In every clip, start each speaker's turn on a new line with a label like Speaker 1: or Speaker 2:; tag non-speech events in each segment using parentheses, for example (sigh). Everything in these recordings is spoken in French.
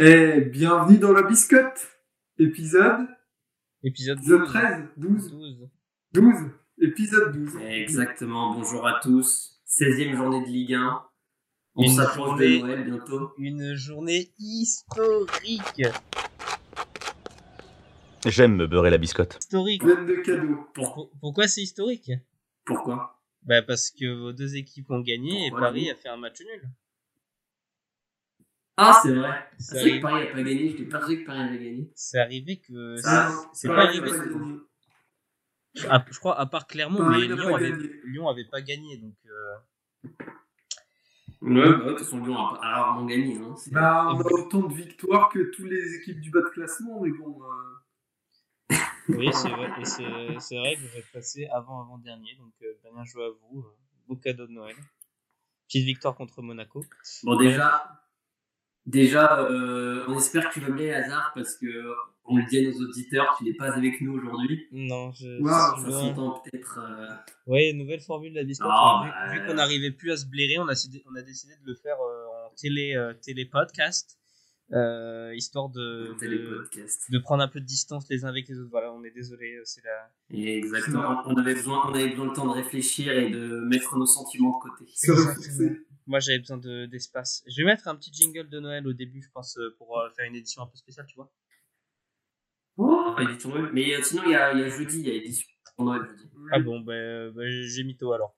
Speaker 1: Et bienvenue dans la biscotte, épisode,
Speaker 2: Épisode
Speaker 1: épisode
Speaker 2: 12.
Speaker 1: 13, 12,
Speaker 2: 12.
Speaker 1: 12, épisode 12.
Speaker 3: Exactement, bonjour à tous. 16e journée de Ligue 1. On
Speaker 2: Une
Speaker 3: s'approche
Speaker 2: journée.
Speaker 3: de Noël bientôt.
Speaker 2: Une journée historique.
Speaker 4: J'aime me beurrer la biscotte.
Speaker 2: Historique.
Speaker 1: Pleine de cadeaux.
Speaker 3: Pour-
Speaker 2: Pour- Pourquoi c'est historique
Speaker 3: Pourquoi
Speaker 2: Bah parce que vos deux équipes ont gagné et
Speaker 3: Pourquoi
Speaker 2: Paris a fait un match nul.
Speaker 3: Ah, c'est vrai. Ah,
Speaker 2: C'est
Speaker 3: C'est vrai que
Speaker 2: arrivé,
Speaker 3: Paris n'a pas gagné, je n'ai pas cru que Paris avait gagné.
Speaker 2: c'est arrivé que...
Speaker 3: Ah,
Speaker 1: non,
Speaker 2: c'est
Speaker 3: Paris
Speaker 2: pas
Speaker 1: Paris
Speaker 2: arrivé.
Speaker 1: n'a pas gagné.
Speaker 2: Ah, je crois à part Clermont,
Speaker 1: Paris
Speaker 2: mais
Speaker 1: n'a
Speaker 2: Lyon
Speaker 1: pas
Speaker 2: avait,
Speaker 1: gagné.
Speaker 2: Lyon avait pas gagné. Donc, euh,
Speaker 3: Ouais, bah, de toute façon, Lyon a, a rarement gagné. Hein. C'est-
Speaker 1: Bah, on a autant de victoires que toutes les équipes du bas de classement, mais bon. euh,
Speaker 2: oui, c'est vrai, et c'est- c'est vrai que vous êtes passé avant avant dernier. Donc euh, bah, bien joué à vous. euh, Beau cadeau de Noël. Petite victoire contre Monaco.
Speaker 3: Bon, déjà, déjà euh, on espère que tu vas bien, Hazard, parce que on le dit à nos auditeurs, tu n'es pas avec nous aujourd'hui.
Speaker 2: Non, je.
Speaker 1: Waouh,
Speaker 2: je-
Speaker 3: Ça s'entend peut-être. euh,
Speaker 2: Ouais, nouvelle formule de la biscotte.
Speaker 3: Ah,
Speaker 2: vu
Speaker 3: bah,
Speaker 2: vu
Speaker 3: ouais.
Speaker 2: qu'on n'arrivait plus à se blairer, on a, décidé- on a décidé de le faire euh, en télé, euh, télé-podcast, euh, histoire de,
Speaker 3: dans les
Speaker 2: de,
Speaker 3: podcasts.
Speaker 2: de prendre un peu de distance les uns avec les autres. Voilà, on est désolé, euh, c'est la...
Speaker 3: Et Exactement. On avait, besoin, on avait besoin le temps de réfléchir et de mettre nos sentiments de côté.
Speaker 1: ça va
Speaker 2: Exactement.
Speaker 1: forcer.
Speaker 2: Moi, j'avais besoin de- d'espace. Je vais mettre un petit jingle de Noël au début, je pense, euh, pour euh, faire une édition un peu spéciale, tu vois.
Speaker 3: Oh, pas du tout. Mais euh, sinon, il y a, il y a jeudi, il y a édition pour Noël jeudi.
Speaker 2: Ah bon, bah, euh, bah, j'ai mytho alors.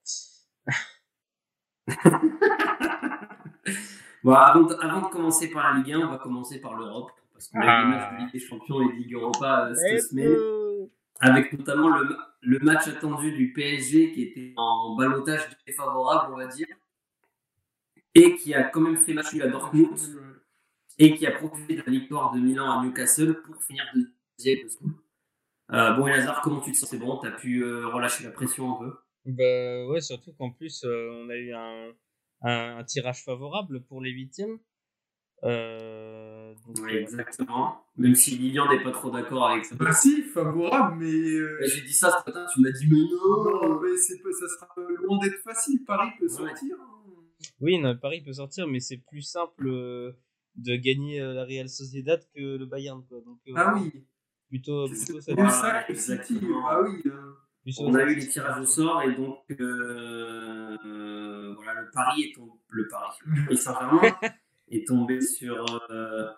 Speaker 3: Bon, avant, de, avant de commencer par la Ligue 1, on va commencer par l'Europe. Parce qu'on a eu
Speaker 2: Ah.
Speaker 3: les matchs de Ligue des Champions et de Ligue Europa euh,
Speaker 2: Eh,
Speaker 3: cette semaine.
Speaker 2: euh,
Speaker 3: Avec notamment le, ma- le match attendu du PSG qui était en balotage défavorable, on va dire. Et qui a quand même fait match nul à Dortmund. Et qui a profité de la victoire de Milan à Newcastle pour finir deuxième. de ce groupe. Euh, bon, et Hazard, comment tu te sens C'est bon, t'as pu euh, relâcher la pression un peu
Speaker 2: Bah ouais, surtout qu'en plus, euh, on a eu un, un, un tirage favorable pour les huitièmes. Euh, donc,
Speaker 3: Oui,
Speaker 2: euh,
Speaker 3: exactement. Même si Lilian n'est pas trop d'accord avec ça.
Speaker 1: Bah, si, favorable, mais. euh,
Speaker 3: Mais J'ai dit ça ce matin, tu m'as dit mais
Speaker 1: non,
Speaker 3: non.
Speaker 1: mais c'est pas- ça sera loin d'être facile. Paris peut sortir. hein.
Speaker 2: oui, non, Paris peut sortir, mais c'est plus simple euh, de gagner euh, la Real Sociedad que le Bayern. Quoi. Donc, euh,
Speaker 1: Ah oui.
Speaker 2: plutôt,
Speaker 1: C'est
Speaker 2: plutôt, ça-
Speaker 1: le sac City.
Speaker 3: exactement.
Speaker 1: Ah oui. hein.
Speaker 2: plutôt-
Speaker 3: On a eu les tirages au sort et donc euh, euh, voilà le pari est tombé, le pari le Paris Saint-Germain est tombé sur euh,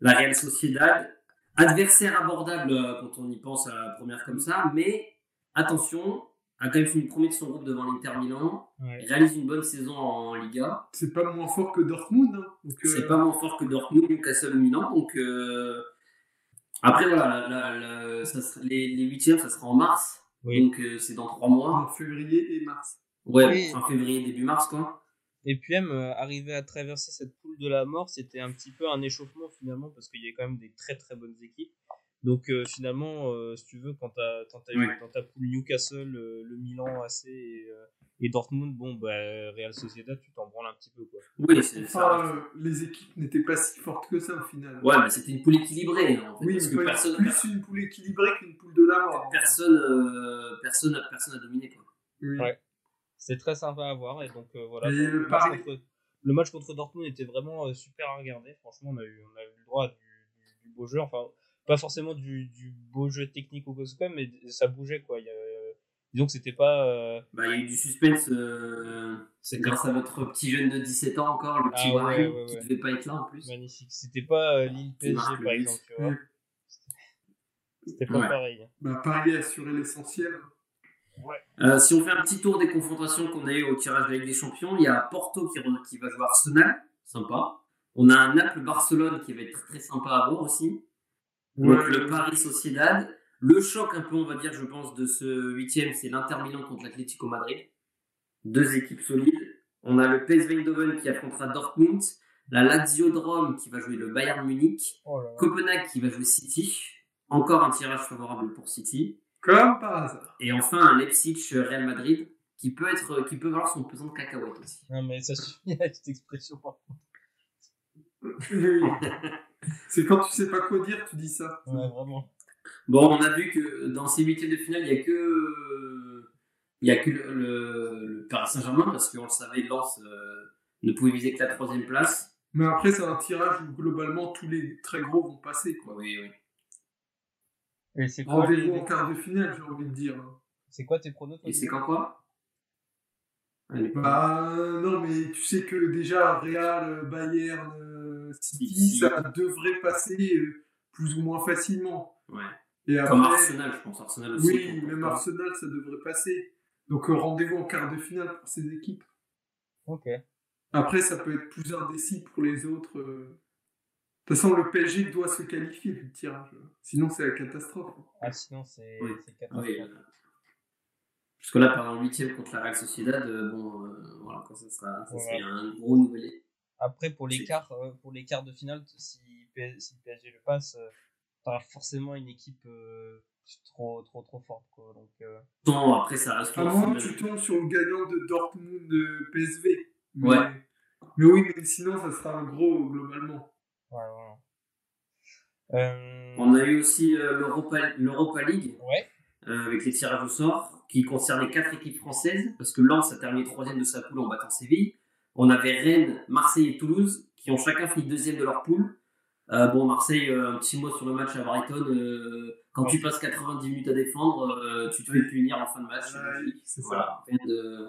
Speaker 3: la Real Sociedad, adversaire abordable euh, quand on y pense à la première comme ça, mais attention a quand même fini premier de son groupe devant l'Inter Milan,
Speaker 2: Ouais.
Speaker 3: réalise une bonne saison en Liga.
Speaker 1: C'est pas moins fort que Dortmund. hein. Donc,
Speaker 3: C'est
Speaker 1: euh,
Speaker 3: pas moins fort que Dortmund, Newcastle, Milan. Donc euh, après voilà, la- la- la- ça sera- les, les huitièmes ça sera en mars,
Speaker 2: Oui.
Speaker 3: donc euh, c'est dans trois mois.
Speaker 1: en février et mars.
Speaker 3: Ouais,
Speaker 2: Oui.
Speaker 3: fin février début mars quoi.
Speaker 2: Et puis même, euh, arriver à traverser cette poule de la mort, c'était un petit peu un échauffement finalement, parce qu'il y a quand même des très très bonnes équipes. Donc euh, finalement, euh, si tu veux, quand t'as quand t'as eu
Speaker 3: Ouais.
Speaker 2: dans ta poule Newcastle, euh, le Milan AC et, euh, et Dortmund, bon, bah, Real Sociedad, tu t'en branles un petit peu quoi.
Speaker 3: Oui, c'est
Speaker 1: Enfin,
Speaker 3: ça.
Speaker 1: euh, les équipes n'étaient pas si fortes que ça au final.
Speaker 3: Ouais, mais c'était une poule équilibrée hein, en fait,
Speaker 1: oui,
Speaker 3: parce
Speaker 1: mais
Speaker 3: que
Speaker 1: pas-
Speaker 3: personne,
Speaker 1: plus une poule équilibrée qu'une poule de la mort.
Speaker 3: personne, euh, personne, a- personne a dominé quoi.
Speaker 1: Oui.
Speaker 2: Ouais. C'était très sympa à voir et donc euh, voilà.
Speaker 1: Et
Speaker 2: Donc,
Speaker 1: le
Speaker 2: match
Speaker 1: Paris-
Speaker 2: contre, le match contre Dortmund était vraiment euh, super à regarder. Franchement, on a eu, on a eu le droit à du, du- du beau jeu. Enfin, pas forcément du, du beau jeu technique ou quoi que ce soit, mais ça bougeait quoi. Il y avait- disons que c'était pas. euh,
Speaker 3: Bah il y a eu du suspense. euh, c'est grâce à votre petit jeune de 17 ans encore, le petit
Speaker 2: Ah ouais,
Speaker 3: Warren,
Speaker 2: ouais,
Speaker 3: qui
Speaker 2: ouais.
Speaker 3: devait pas être là en plus.
Speaker 2: Magnifique. C'était pas euh, Lille
Speaker 3: Qui
Speaker 2: PSG
Speaker 3: marque le
Speaker 2: par
Speaker 3: but.
Speaker 2: exemple, tu vois.
Speaker 1: Mm.
Speaker 2: C'était pas
Speaker 3: Ouais.
Speaker 2: pareil.
Speaker 1: Bah, Paris a assuré l'essentiel.
Speaker 3: Euh, si on fait un petit tour des confrontations qu'on a eues au tirage de la Ligue des Champions, il y a Porto qui, re- qui va jouer Arsenal, sympa. On a un Naples-Barcelone qui va être très, très sympa à voir aussi. Donc le Paris Sociedad. Le choc un peu, on va dire, je pense, de ce huitième, c'est l'Inter Milan contre l'Atlético Madrid. Deux équipes solides. On a le PSV Eindhoven qui affrontera Dortmund. La Lazio de Rome qui va jouer le Bayern Munich.
Speaker 2: Oh là là.
Speaker 3: Copenhague qui va jouer City. Encore un tirage favorable pour City.
Speaker 1: Comme par hasard.
Speaker 3: Et enfin, un Leipzig euh, Real Madrid qui peut être qui peut avoir son pesant de cacahuètes aussi.
Speaker 2: Non mais ça suffit à cette expression. par contre.
Speaker 1: (laughs) Oui. C'est quand tu sais pas quoi dire, tu dis ça.
Speaker 2: Ouais, vraiment.
Speaker 3: Bon, on a vu que dans ces huitièmes de finale, il n'y a que euh, il y a que le, le- le Paris Saint-Germain parce qu'on le savait, Lens euh, ne pouvait viser que la troisième place.
Speaker 1: Mais après, c'est un tirage où globalement tous les très gros vont passer. Quoi.
Speaker 3: Oui, oui.
Speaker 2: Et c'est quoi,
Speaker 1: Rendez-vous en
Speaker 2: tes-
Speaker 1: quart de finale, j'ai envie de dire.
Speaker 2: c'est quoi tes pronos toi,
Speaker 3: Et c'est
Speaker 2: Guillaume
Speaker 3: quand quoi Allez.
Speaker 1: Bah non, mais tu sais que déjà Real, Bayern, euh, City,
Speaker 3: City.
Speaker 1: ça devrait passer euh, plus ou moins facilement.
Speaker 3: Ouais.
Speaker 1: Et
Speaker 3: Comme
Speaker 1: après-
Speaker 3: Arsenal, je pense. Arsenal aussi.
Speaker 1: Oui,
Speaker 3: pour-
Speaker 1: même
Speaker 3: pour-
Speaker 1: Arsenal, ça devrait passer. Donc euh, rendez-vous en quart de finale pour ces équipes.
Speaker 2: Ok.
Speaker 1: Après, ça peut être plus indécis pour les autres. euh. De toute façon, le PSG doit se qualifier du tirage. Sinon, c'est la catastrophe.
Speaker 2: Ah sinon c'est
Speaker 3: Oui.
Speaker 2: c'est
Speaker 3: Ah oui, euh,
Speaker 2: catastrophique.
Speaker 3: Parce que là, par en huitième contre la Real Sociedad, euh, bon, euh, voilà, quoi, ça sera, ça
Speaker 2: Ouais.
Speaker 3: serait un gros nouvel.
Speaker 2: Après pour les
Speaker 3: C'est-
Speaker 2: quarts euh, pour les quarts de finale si, P- si le PSG le passe, euh, t'auras forcément une équipe euh, trop trop trop forte quoi. Donc euh,
Speaker 3: Tant après, ça reste
Speaker 1: À
Speaker 3: le
Speaker 1: moins
Speaker 3: football.
Speaker 1: que Ah tu tombes sur le gagnant de Dortmund euh, PSV. Mais-
Speaker 3: Ouais.
Speaker 1: Mais oui, mais sinon, ça sera un gros globalement.
Speaker 2: ouais, voilà. Euh,
Speaker 3: On a eu aussi euh, l'Europa- l'Europa League
Speaker 2: Ouais.
Speaker 3: euh, avec les tirages au sort qui concernait quatre équipes françaises parce que Lens a terminé troisième de sa poule en battant Séville. On avait Rennes, Marseille et Toulouse qui ont chacun fini deuxième de leur poule. Euh, bon, Marseille, euh, un petit mot sur le match à Brighton. euh, quand tu passes 90 minutes à défendre, euh, tu te fais punir en fin de match.
Speaker 1: Ouais,
Speaker 3: c'est logique.
Speaker 1: c'est ça.
Speaker 3: Voilà, rien de-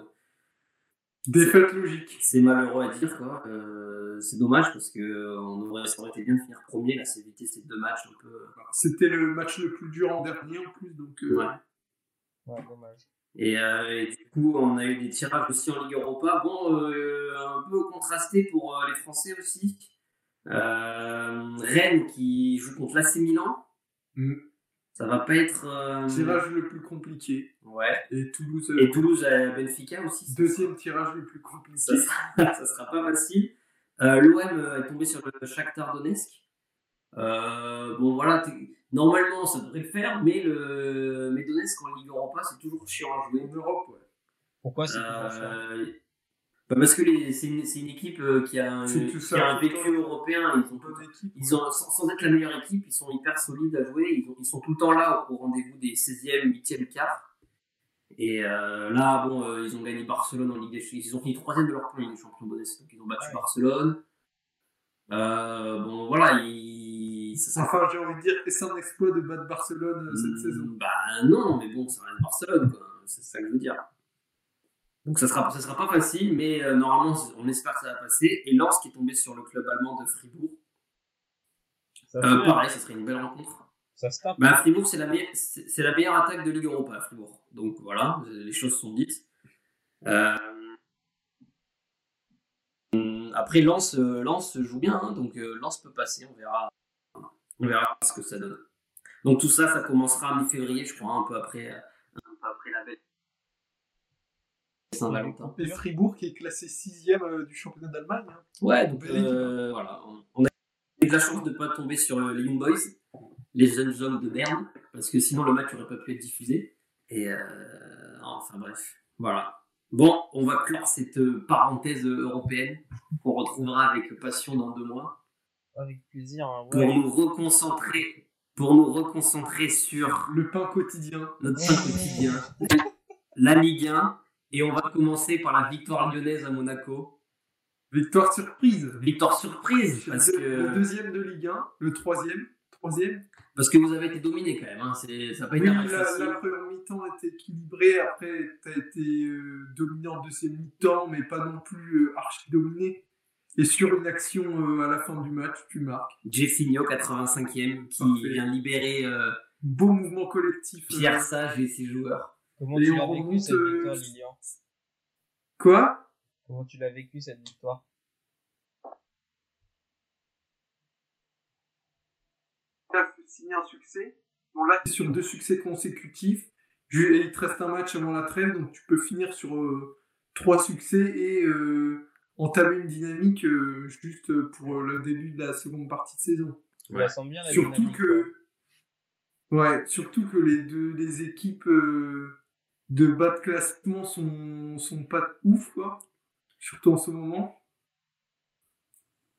Speaker 1: Défaite logique.
Speaker 3: C'est malheureux à dire, quoi. Euh, c'est dommage parce que euh, on aurait, ça aurait été bien de finir premier. Là, c'est éviter ces deux matchs un peu. euh,
Speaker 1: C'était le match le plus dur en dernier en plus, donc euh,
Speaker 3: Ouais.
Speaker 2: ouais, dommage.
Speaker 3: Et, euh, et du coup, on a eu des tirages aussi en Ligue Europa. Bon, euh, un peu contrasté pour euh, les Français aussi. Euh, Rennes qui joue contre l'AC Milan.
Speaker 1: Mm.
Speaker 3: Ça va pas être. euh,
Speaker 1: tirage le plus compliqué.
Speaker 3: Ouais.
Speaker 1: Et Toulouse, euh,
Speaker 3: Et Toulouse à Benfica aussi.
Speaker 1: deuxième tirage le plus compliqué.
Speaker 3: Ça sera, (laughs) ça sera pas facile. Euh, L'OM est tombé sur le Shakhtar Donetsk. Euh, bon voilà, t'es- normalement ça devrait le faire, mais le mais Donetsk en Ligue Europa c'est toujours chiant à jouer.
Speaker 1: En Europe, ouais.
Speaker 2: Pourquoi c'est
Speaker 3: Euh,
Speaker 2: plus cher
Speaker 3: bah, parce que les- c'est une, c'est une équipe euh, qui a un,
Speaker 1: C'est tout
Speaker 3: qui
Speaker 1: ça,
Speaker 3: a un
Speaker 1: tout le
Speaker 3: vécu
Speaker 1: temps.
Speaker 3: européen. Ils ont,
Speaker 1: Bonne équipe.
Speaker 3: ils ont- sans, sans être la meilleure équipe, ils sont hyper solides à jouer. Ils, ont- ils sont tout le temps là au, au rendez-vous des 16e, 8e quarts. Et euh, là, bon, euh, ils ont gagné Barcelone en Ligue des Champions. Ils ont fini troisième de leur poule en Ligue des Champions Bonus. Donc ils ont battu
Speaker 2: Ouais.
Speaker 3: Barcelone. Euh, bon, voilà, ils. Ça, ça-
Speaker 1: Enfin, j'ai envie de dire que c'est un exploit de battre Barcelone euh, cette
Speaker 3: Hmm,
Speaker 1: saison.
Speaker 3: Bah non, mais bon, ça reste Barcelone, quoi. C'est ça que je veux dire. Donc ça sera, ça sera pas facile, mais euh, normalement, on espère que ça va passer. Et Lens qui est tombé sur le club allemand de Fribourg.
Speaker 2: ça,
Speaker 3: Euh,
Speaker 2: se-
Speaker 3: pareil, ça serait une belle rencontre.
Speaker 2: ça se tape.
Speaker 3: Bah, Fribourg, c'est la, meille- c'est c'est la meilleure attaque de Ligue Europa, Fribourg. Donc voilà, les choses sont dites. Euh, hum, Après, Lens, euh, Lens joue bien, hein, donc euh, Lens peut passer, on verra, on verra ce que ça donne. Donc tout ça, ça commencera mi-février, je crois, un peu après, euh, un peu après la bête. Saint-Valentin.
Speaker 1: Et Fribourg qui est classé sixième euh, du championnat d'Allemagne. hein.
Speaker 3: Ouais, donc
Speaker 1: Belle équipe.
Speaker 3: euh, voilà, on- on a eu de la chance de ne pas tomber sur euh, les Young Boys, les jeunes hommes de Berne, parce que sinon le match n'aurait pas pu être diffusé. Et euh, enfin bref, voilà. Bon, on va clore cette euh, parenthèse européenne qu'on retrouvera avec passion dans deux mois
Speaker 2: Avec plaisir. hein,
Speaker 3: pour
Speaker 2: ouais.
Speaker 3: nous reconcentrer, pour nous reconcentrer sur
Speaker 1: Le pain quotidien.
Speaker 3: notre pain quotidien, la Ligue 1, et on va commencer par la victoire lyonnaise à Monaco.
Speaker 1: Victoire surprise.
Speaker 3: Victoire surprise parce
Speaker 1: Le-
Speaker 3: que
Speaker 1: Le deuxième de Ligue 1, le troisième. Troisième.
Speaker 3: Parce que vous avez été dominé quand même, hein. c'est- ça n'a pas
Speaker 1: Oui,
Speaker 3: été un
Speaker 1: la,
Speaker 3: match facile.
Speaker 1: la première mi-temps était équilibrée. Après, t'as été euh, dominant de ces mi-temps, mais pas non plus euh, archi dominé. Et sur une action euh, à la fin du match, tu marques.
Speaker 3: Jeffinho, 85e, qui
Speaker 1: Parfait.
Speaker 3: vient libérer euh,
Speaker 1: Beau mouvement collectif. euh.
Speaker 3: Pierre Sage et ses joueurs.
Speaker 2: Comment
Speaker 1: Et
Speaker 2: tu
Speaker 1: on
Speaker 2: l'as vécu
Speaker 1: remonte,
Speaker 2: cette
Speaker 1: euh,
Speaker 2: victoire, Lilian
Speaker 1: Quoi
Speaker 2: Comment tu l'as vécu cette victoire
Speaker 1: Là, c'est signé un succès. Bon, là, t'es sur deux succès consécutifs. Ju- et il te reste un match avant la trêve, donc tu peux finir sur euh, trois succès et euh, entamer une dynamique euh, juste euh, pour euh, le début de la seconde partie de saison.
Speaker 2: Tu
Speaker 3: Ouais.
Speaker 2: la sens bien la
Speaker 1: Surtout
Speaker 2: dynamique, quoi.
Speaker 1: que, ouais, surtout que les deux les équipes euh, de bas de classement sont, sont pas ouf, quoi. Surtout en ce moment.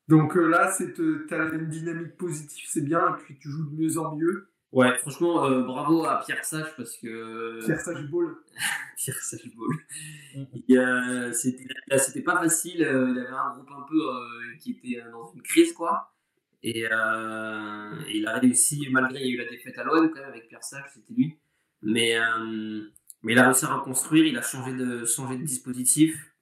Speaker 1: Donc euh, là, c'est, euh, t'as une dynamique positive, c'est bien, et puis tu joues de mieux en mieux.
Speaker 3: Ouais, franchement, euh, bravo à Pierre Sage parce que.
Speaker 1: Pierre Sage Ball.
Speaker 3: Pierre Sage Ball.
Speaker 1: Mm-hmm.
Speaker 3: Et, euh, c'était, là, c'était pas facile. euh, il avait un groupe un peu euh, qui était euh, dans une crise, quoi. Et euh, il a réussi, malgré il y a eu la défaite à l'OM, quand même, avec Pierre Sage, c'était lui. Mais, euh, mais il a réussi à reconstruire, il a changé de, changé de dispositif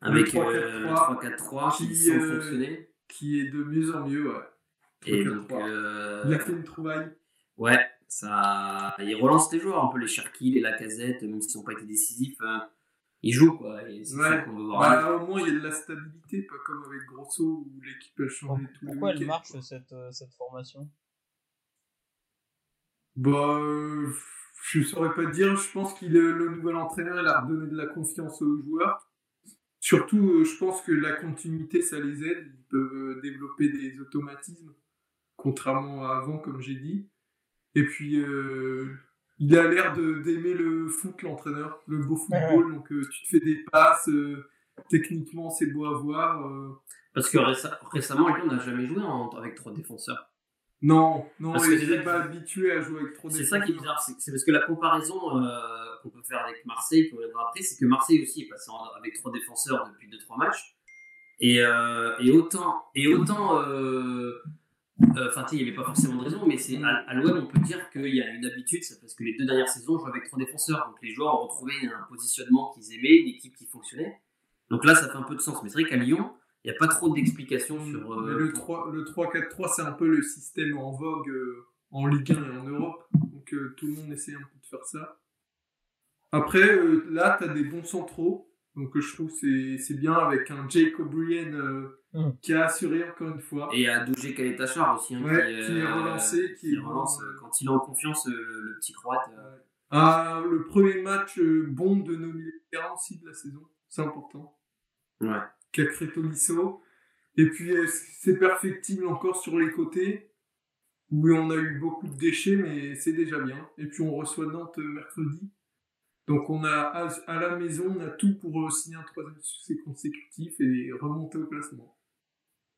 Speaker 3: avec
Speaker 1: Le
Speaker 3: euh, le 3-4-3 qui,
Speaker 1: qui,
Speaker 3: sont
Speaker 1: euh,
Speaker 3: fonctionnés.
Speaker 1: Qui est de mieux en mieux, ouais.
Speaker 3: Et
Speaker 1: Truc à
Speaker 3: donc,
Speaker 1: trois.
Speaker 3: euh,
Speaker 1: Il a fait une trouvaille.
Speaker 3: Ouais, ça, il relance les joueurs, un peu les Cherki, les Lacazette, même s'ils n'ont pas été décisifs, hein, ils jouent quoi. Et c'est
Speaker 1: Ouais.
Speaker 3: ça qu'on veut voir.
Speaker 1: Bah, au moins, il y a de la stabilité, pas comme avec Grosso où l'équipe a changé tout
Speaker 2: Pourquoi
Speaker 1: le
Speaker 2: elle
Speaker 1: week-end.
Speaker 2: marche cette, euh, cette formation
Speaker 1: Bah, euh, je saurais pas te dire. Je pense qu'il est le nouvel entraîneur, il a redonné de la confiance aux joueurs. Surtout, euh, je pense que la continuité, ça les aide. Ils peuvent euh, développer des automatismes, contrairement à avant, comme j'ai dit. Et puis, euh, il a l'air de- d'aimer le foot, l'entraîneur, le beau football. Donc, euh, tu te fais des passes. euh, techniquement, c'est beau à voir. euh.
Speaker 3: Parce que réce- récemment, lui, on n'a jamais joué en- avec trois défenseurs.
Speaker 1: Non, non,
Speaker 3: Parce
Speaker 1: il
Speaker 3: que c'est
Speaker 1: n'est
Speaker 3: ça
Speaker 1: pas
Speaker 3: qui-
Speaker 1: habitué à jouer avec trop
Speaker 3: C'est ça qui est
Speaker 1: défenseurs.
Speaker 3: bizarre, c'est c'est parce que la comparaison euh, qu'on peut faire avec Marseille, qu'on reviendra après, c'est que Marseille aussi est passé en- avec trois défenseurs depuis deux trois matchs. Et, euh, et autant, et autant, euh, euh, enfin, tu sais, il n'y avait pas forcément de raison, mais c'est à, à l'OM, on peut dire qu'il y a une habitude, c'est parce que les deux dernières saisons, on jouait avec trois défenseurs, donc les joueurs ont retrouvé un positionnement qu'ils aimaient, une équipe qui fonctionnait. Donc là, ça fait un peu de sens, mais c'est vrai qu'à Lyon, il n'y a pas trop d'explications sur.
Speaker 1: Mm. Mais
Speaker 3: euh,
Speaker 1: le 3 le 3-4-3, c'est un peu le système en vogue euh, en Ligue 1 et en Europe. Donc euh, tout le monde essaie un peu de faire ça. Après, euh, là, tu as des bons centraux. Donc euh, je trouve que c'est- c'est bien avec un Jake O'Brien euh,
Speaker 2: Mm.
Speaker 1: qui a assuré encore une fois.
Speaker 3: Et à Dougé Kaletachar aussi, hein,
Speaker 1: Ouais, qui est
Speaker 3: euh,
Speaker 1: relancé, qui
Speaker 3: qui
Speaker 1: est
Speaker 3: relance
Speaker 1: bon.
Speaker 3: euh, quand il est en confiance, euh, le, le petit croate. euh.
Speaker 1: Bah, Ah, le premier match euh, bon de nos milieux de terrain aussi de la saison. C'est important.
Speaker 3: Ouais.
Speaker 1: Cacré Tolisso. Et puis, euh, c'est perfectible encore sur les côtés, où on a eu beaucoup de déchets, mais c'est déjà bien. Et puis, on reçoit Nantes euh, mercredi. Donc, on a à, à la maison, on a tout pour euh, signer un troisième succès consécutif et remonter au classement.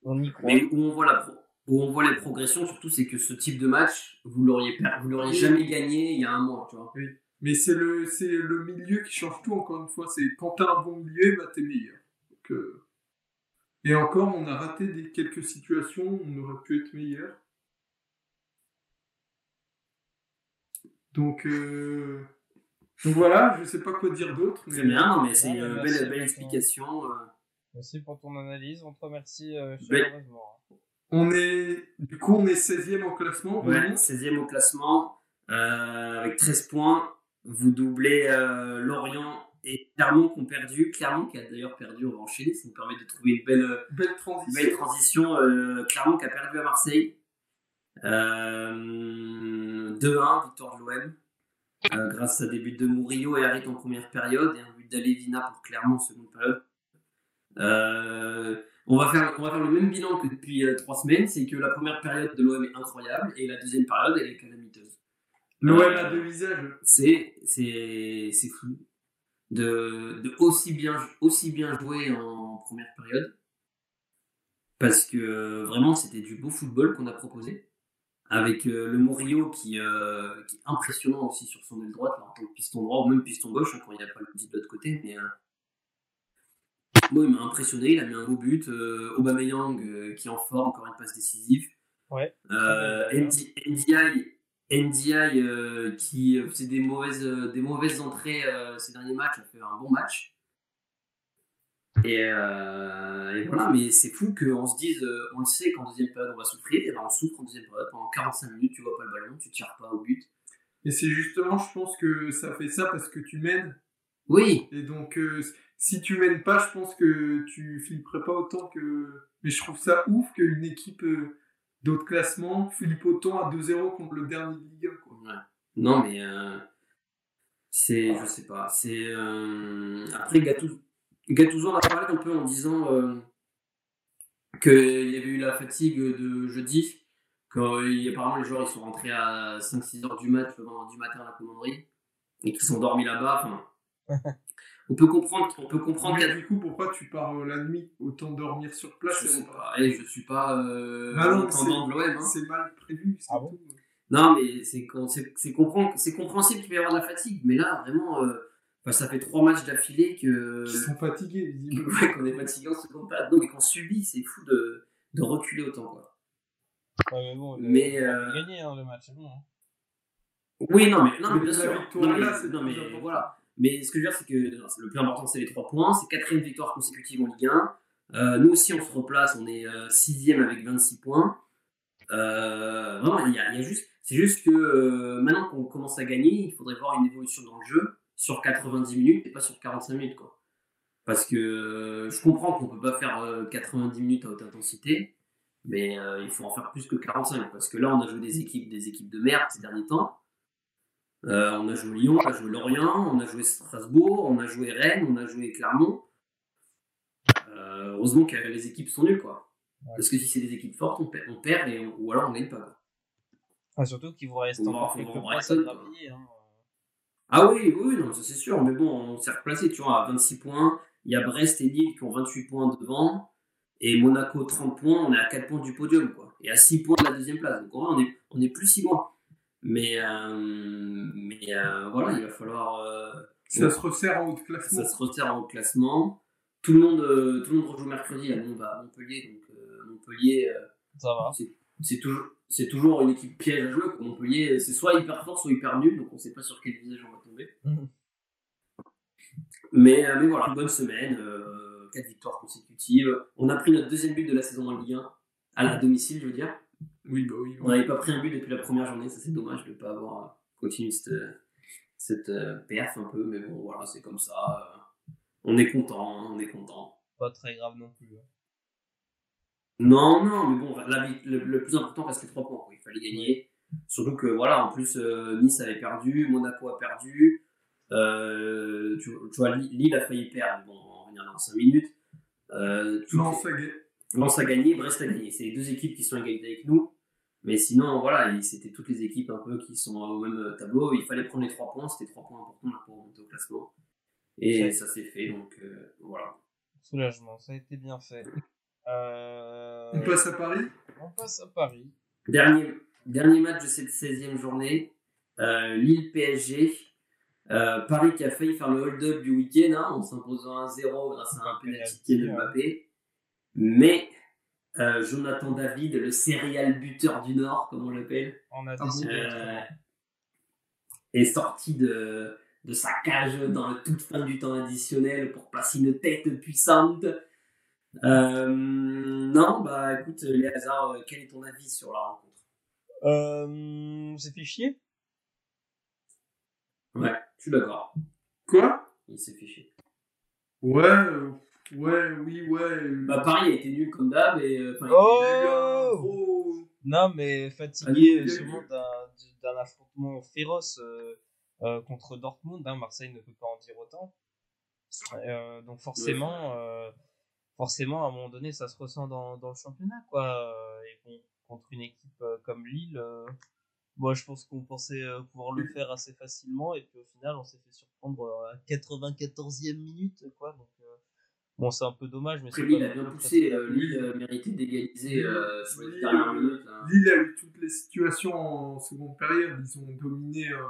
Speaker 2: On y croit.
Speaker 3: Mais où on voit la pro- où on voit les progressions, surtout, c'est que ce type de match, vous l'auriez per- vous l'auriez jamais gagné il y a un mois, tu vois.
Speaker 1: Mais c'est le, c'est le milieu qui change tout, encore une fois. C'est quand t'as un bon milieu, bah, t'es meilleur. Donc, euh, Et encore, on a raté des, quelques situations, on aurait pu être meilleur. Donc, euh, Donc voilà, je sais pas quoi dire d'autre. mais-
Speaker 3: C'est bien, non, mais c'est
Speaker 2: Ouais,
Speaker 3: une
Speaker 2: bah,
Speaker 3: belle,
Speaker 2: c'est
Speaker 3: belle
Speaker 2: bien,
Speaker 3: explication. euh.
Speaker 2: Merci pour ton analyse. On te remercie euh,
Speaker 3: Mais-
Speaker 2: chaleureusement.
Speaker 1: On est... Du coup, on est 16e en classement. on
Speaker 3: Ouais,
Speaker 1: monte.
Speaker 3: 16e au classement, euh, avec 13 points. Vous doublez euh, Lorient et Clermont qui ont perdu. Clermont qui a d'ailleurs perdu, on va enchaîner, ça nous permet de trouver une belle.
Speaker 1: Belle transition.
Speaker 3: Belle transition, euh, Clermont qui a perdu à Marseille. Euh, 2-1, victoire de l'OM. Euh, grâce à des buts de Murillo et Harit en première période et un but d'Alevina pour Clermont en seconde période. Euh, on, va faire, on va faire le même bilan que depuis euh, trois semaines, c'est que la première période de l'OM est incroyable et la deuxième période elle est calamiteuse.
Speaker 1: L'OM
Speaker 3: Euh,
Speaker 1: a deux visages.
Speaker 3: c'est c'est c'est fou de, de aussi bien aussi bien jouer en première période parce que euh, vraiment c'était du beau football qu'on a proposé avec euh, le Murillo qui, euh, qui est impressionnant aussi sur son aile droite là, en tant que piston droit ou même piston gauche hein, quand il n'y a pas le petit de l'autre côté mais euh, moi, il m'a impressionné il a mis un beau but euh, Aubameyang euh, qui est en forme encore une passe décisive
Speaker 2: Ouais.
Speaker 3: euh, ND- NDI NDI euh, qui euh, faisait des mauvaises, euh, des mauvaises entrées euh, ces derniers matchs a fait un bon match. Et, euh, et voilà, mais c'est fou qu'on se dise, euh, on le sait qu'en deuxième période on va souffrir, et ben on souffre en deuxième période pendant 45 minutes, tu vois pas le ballon, tu tires pas au but.
Speaker 1: Et c'est justement, je pense que ça fait ça parce que tu mènes
Speaker 3: Oui,
Speaker 1: Et donc, euh, si tu mènes pas, je pense que tu flipperais pas autant que. Mais je trouve ça ouf qu'une équipe euh, d'autres classements flippe autant à 2-0 contre le dernier de Ligue 1. Quoi.
Speaker 3: Ouais. Non, mais euh, c'est, je sais pas, c'est euh, après Gattou- Gattuso en a parlé un peu en disant euh, qu'il y avait eu la fatigue de jeudi, qu'apparemment les joueurs ils sont rentrés à 5-6 heures du mat le vendredi matin à la commanderie et qu'ils sont dormis là-bas.
Speaker 1: (laughs)
Speaker 3: enfin. on peut comprendre, on peut comprendre.
Speaker 1: Mais
Speaker 3: Gattuso,
Speaker 1: du coup, pourquoi tu pars euh, la nuit Autant dormir sur place
Speaker 3: Je
Speaker 1: et
Speaker 3: sais
Speaker 1: repartir.
Speaker 3: pas, et je suis pas euh,
Speaker 1: Bah non,
Speaker 3: intendant de l'OM. hein.
Speaker 1: C'est mal prévu. c'est
Speaker 2: Ah bon
Speaker 1: tout.
Speaker 3: Non, mais c'est con- c'est- c'est compren- c'est compréhensible qu'il peut y avoir de la fatigue, mais là, vraiment, euh, bah, ça fait trois matchs d'affilée que
Speaker 1: Ils sont fatigués, visiblement.
Speaker 3: (laughs) ouais, qu'on est fatigué en seconde période. Non, mais qu'on subit, c'est fou de, de reculer autant. Quoi.
Speaker 2: Ouais, mais bon, il a-
Speaker 3: Mais,
Speaker 2: il a
Speaker 3: euh,
Speaker 2: gagné hein, le match, c'est bon. hein.
Speaker 3: Oui, non, mais, (laughs) non, mais bien
Speaker 1: La
Speaker 3: sûr.
Speaker 1: victoire,
Speaker 3: Non, mais-
Speaker 1: là, c'est
Speaker 3: non,
Speaker 1: le
Speaker 3: mais
Speaker 1: plus important.
Speaker 3: voilà. Mais ce que je veux dire, c'est que non, c'est- le plus important, c'est les trois points. C'est quatrième victoire consécutive en Ligue 1. Euh, nous aussi, on se replace. On est euh, sixième avec 26 points. Euh, vraiment, il y a, il y a juste. C'est juste que euh, maintenant qu'on commence à gagner, il faudrait voir une évolution dans le jeu sur 90 minutes et pas sur 45 minutes. Quoi. Parce que euh, je comprends qu'on peut pas faire euh, 90 minutes à haute intensité, mais euh, il faut en faire plus que 45. Parce que là, on a joué des équipes, des équipes de merde ces derniers temps. Euh, on a joué Lyon, on a joué Lorient, on a joué Strasbourg, on a joué Rennes, on a joué Clermont. Euh, heureusement que les équipes sont nulles, quoi. Parce que si c'est des équipes fortes, on perd, on perd et on- ou alors on gagne pas. quoi.
Speaker 2: Enfin, surtout qu'il vous reste
Speaker 3: Faut
Speaker 2: encore
Speaker 3: voir, faut
Speaker 2: quelques
Speaker 3: voir
Speaker 2: places à
Speaker 3: Brighton,
Speaker 2: grappiller. Hein.
Speaker 3: Ah oui, oui, non, ça c'est sûr, mais bon, on s'est replacé, tu vois, à 26 points. Il y a Brest et Lille qui ont 28 points devant. Et Monaco 30 points, on est à 4 points du podium, quoi. Et à 6 points de la deuxième place. Donc en vrai, on est, on est plus si loin. Mais, euh, mais euh, voilà, il va falloir. euh,
Speaker 1: Ça se resserre en haut de classement.
Speaker 3: ça se resserre au classement. Tout le monde, euh, tout le monde rejoue mercredi. Là, nous, on va à Montpellier, donc euh, Montpellier, euh,
Speaker 2: Ça va.
Speaker 3: c'est toujours, c'est toujours une équipe piège à jouer. quoi. Montpellier, euh, c'est soit hyper fort, soit hyper nul, donc on sait pas sur quel visage on va tomber.
Speaker 2: Mhm.
Speaker 3: Mais, euh, mais voilà, une bonne semaine, euh, quatre victoires consécutives. On a pris notre deuxième but de la saison en Ligue 1 à la domicile, je veux dire.
Speaker 1: Oui, bah oui.
Speaker 3: On n'avait pas pris un but depuis la première journée, ça c'est dommage de ne pas avoir euh, continué cette, euh, cette euh, perf un peu, mais bon voilà, c'est comme ça. euh, On est content, hein, on est content.
Speaker 2: Pas très grave non plus. hein.
Speaker 3: Non, non, mais bon, la vi- le, le plus important reste les trois points, quoi. il fallait gagner. Surtout que voilà, en plus, euh, Nice avait perdu, Monaco a perdu, euh, tu, tu vois, Lille- Lille a failli perdre, bon, on va en revenir dans 5 minutes. Euh, tout-
Speaker 1: Non, ça gagne.
Speaker 3: Lens a gagné, Brest a gagné. C'est les deux équipes qui sont à égalité avec nous. Mais sinon, voilà, et c'était toutes les équipes un peu qui sont au même euh, tableau. Il fallait prendre les trois points. C'était trois points importants là, pour monter au classement. Et
Speaker 2: Ouais.
Speaker 3: ça s'est fait, donc euh, voilà.
Speaker 2: Soulagement, ça a été bien fait. Euh,
Speaker 1: On passe à Paris.
Speaker 2: on passe à Paris.
Speaker 3: Dernier, dernier match de cette 16e journée. Euh, Lille-PSG. Euh, Paris qui a failli faire le hold-up du week-end hein, en s'imposant 1-0 grâce à un penalty qui est de
Speaker 2: ouais.
Speaker 3: Mbappé. Mais euh, Jonathan David, le serial buteur du Nord, comme on l'appelle,
Speaker 2: On a
Speaker 1: bon
Speaker 2: décidé.
Speaker 3: Euh, est sorti de, de sa cage dans la toute fin du temps additionnel pour placer une tête puissante. Euh, non, bah écoute, les hasards, quel est ton avis sur la rencontre
Speaker 2: Euh, on s'est fait chier.
Speaker 3: Ouais, je suis d'accord.
Speaker 1: Quoi
Speaker 3: Il s'est fait chier.
Speaker 1: Ouais, euh, ouais, oui, ouais. euh,
Speaker 3: Bah, Paris a été nul comme d'hab et. euh, enfin,
Speaker 1: il y a eu un
Speaker 2: Oh
Speaker 1: gros-
Speaker 2: Non, mais fatigué
Speaker 1: Ah, oui,
Speaker 2: sûrement d'un- d'un affrontement féroce euh, euh, contre Dortmund. hein. Marseille ne peut pas en dire autant. Euh, donc forcément, euh, forcément, à un moment donné, ça se ressent dans, dans le championnat, quoi. Euh, Et bon, contre une équipe euh, comme Lille, euh, moi, je pense qu'on pensait euh, pouvoir le faire assez facilement, et puis au final, on s'est fait surprendre euh, à 94e minute, quoi. Donc euh, bon, c'est un peu dommage, mais
Speaker 3: Après,
Speaker 2: c'est
Speaker 3: Lille
Speaker 2: pas
Speaker 3: a bien
Speaker 2: non plus
Speaker 3: poussé.
Speaker 2: facile.
Speaker 3: euh, Lille euh, méritait d'égaliser euh, sur les dernières minutes. hein.
Speaker 1: Lille a eu toutes les situations en seconde période. Ils ont dominé. euh,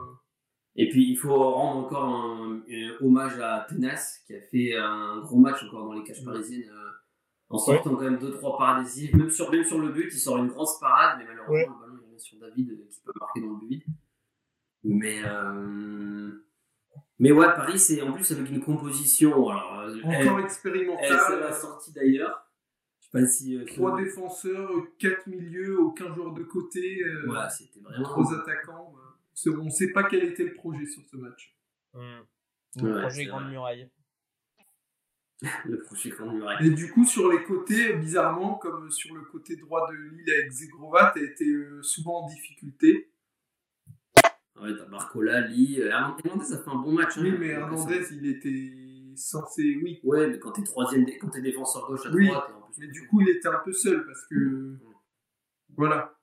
Speaker 3: Et puis il faut rendre encore un, un hommage à Tenas qui a fait un gros match encore dans les cages parisiennes euh, en sortant quand même 2-3 parades décisives. Même sur, même sur le but, il sort une grosse parade, mais malheureusement
Speaker 2: Ouais.
Speaker 3: le ballon il revient sur David euh, qui peut marquer dans le but. Mais, euh, mais ouais, Paris, c'est en plus avec une composition. Alors, euh, elle,
Speaker 1: encore
Speaker 3: elle, ça l'a
Speaker 1: expérimental.
Speaker 3: sortie d'ailleurs. Je sais pas si. euh,
Speaker 1: Trois
Speaker 3: tu-
Speaker 1: défenseurs, euh, quatre milieux, aucun joueur de côté, euh,
Speaker 3: Ouais, c'était vraiment.
Speaker 1: trois attaquants. ouais. C'est- On ne sait pas quel était le projet sur ce match.
Speaker 2: Hum. Le
Speaker 3: Ouais,
Speaker 2: projet
Speaker 3: c'est
Speaker 2: Grande
Speaker 3: vrai.
Speaker 2: Muraille.
Speaker 3: Le projet qu'on muraille.
Speaker 1: Et du coup, sur les côtés, euh, bizarrement, comme sur le côté droit de Lille avec Zegrovat, a été euh, souvent en difficulté.
Speaker 3: Ouais, t'as Barcola, Lee. euh, Hernandez, ça fait un bon match. hein.
Speaker 1: Oui, mais
Speaker 3: Donc, ça-
Speaker 1: Hernandez, il était censé. Oui,
Speaker 3: Ouais, mais quand t'es troisième, dé- quand t'es défenseur gauche à
Speaker 1: Oui.
Speaker 3: droite, et en plus.
Speaker 1: mais du coup, il était un peu seul parce que. Voilà.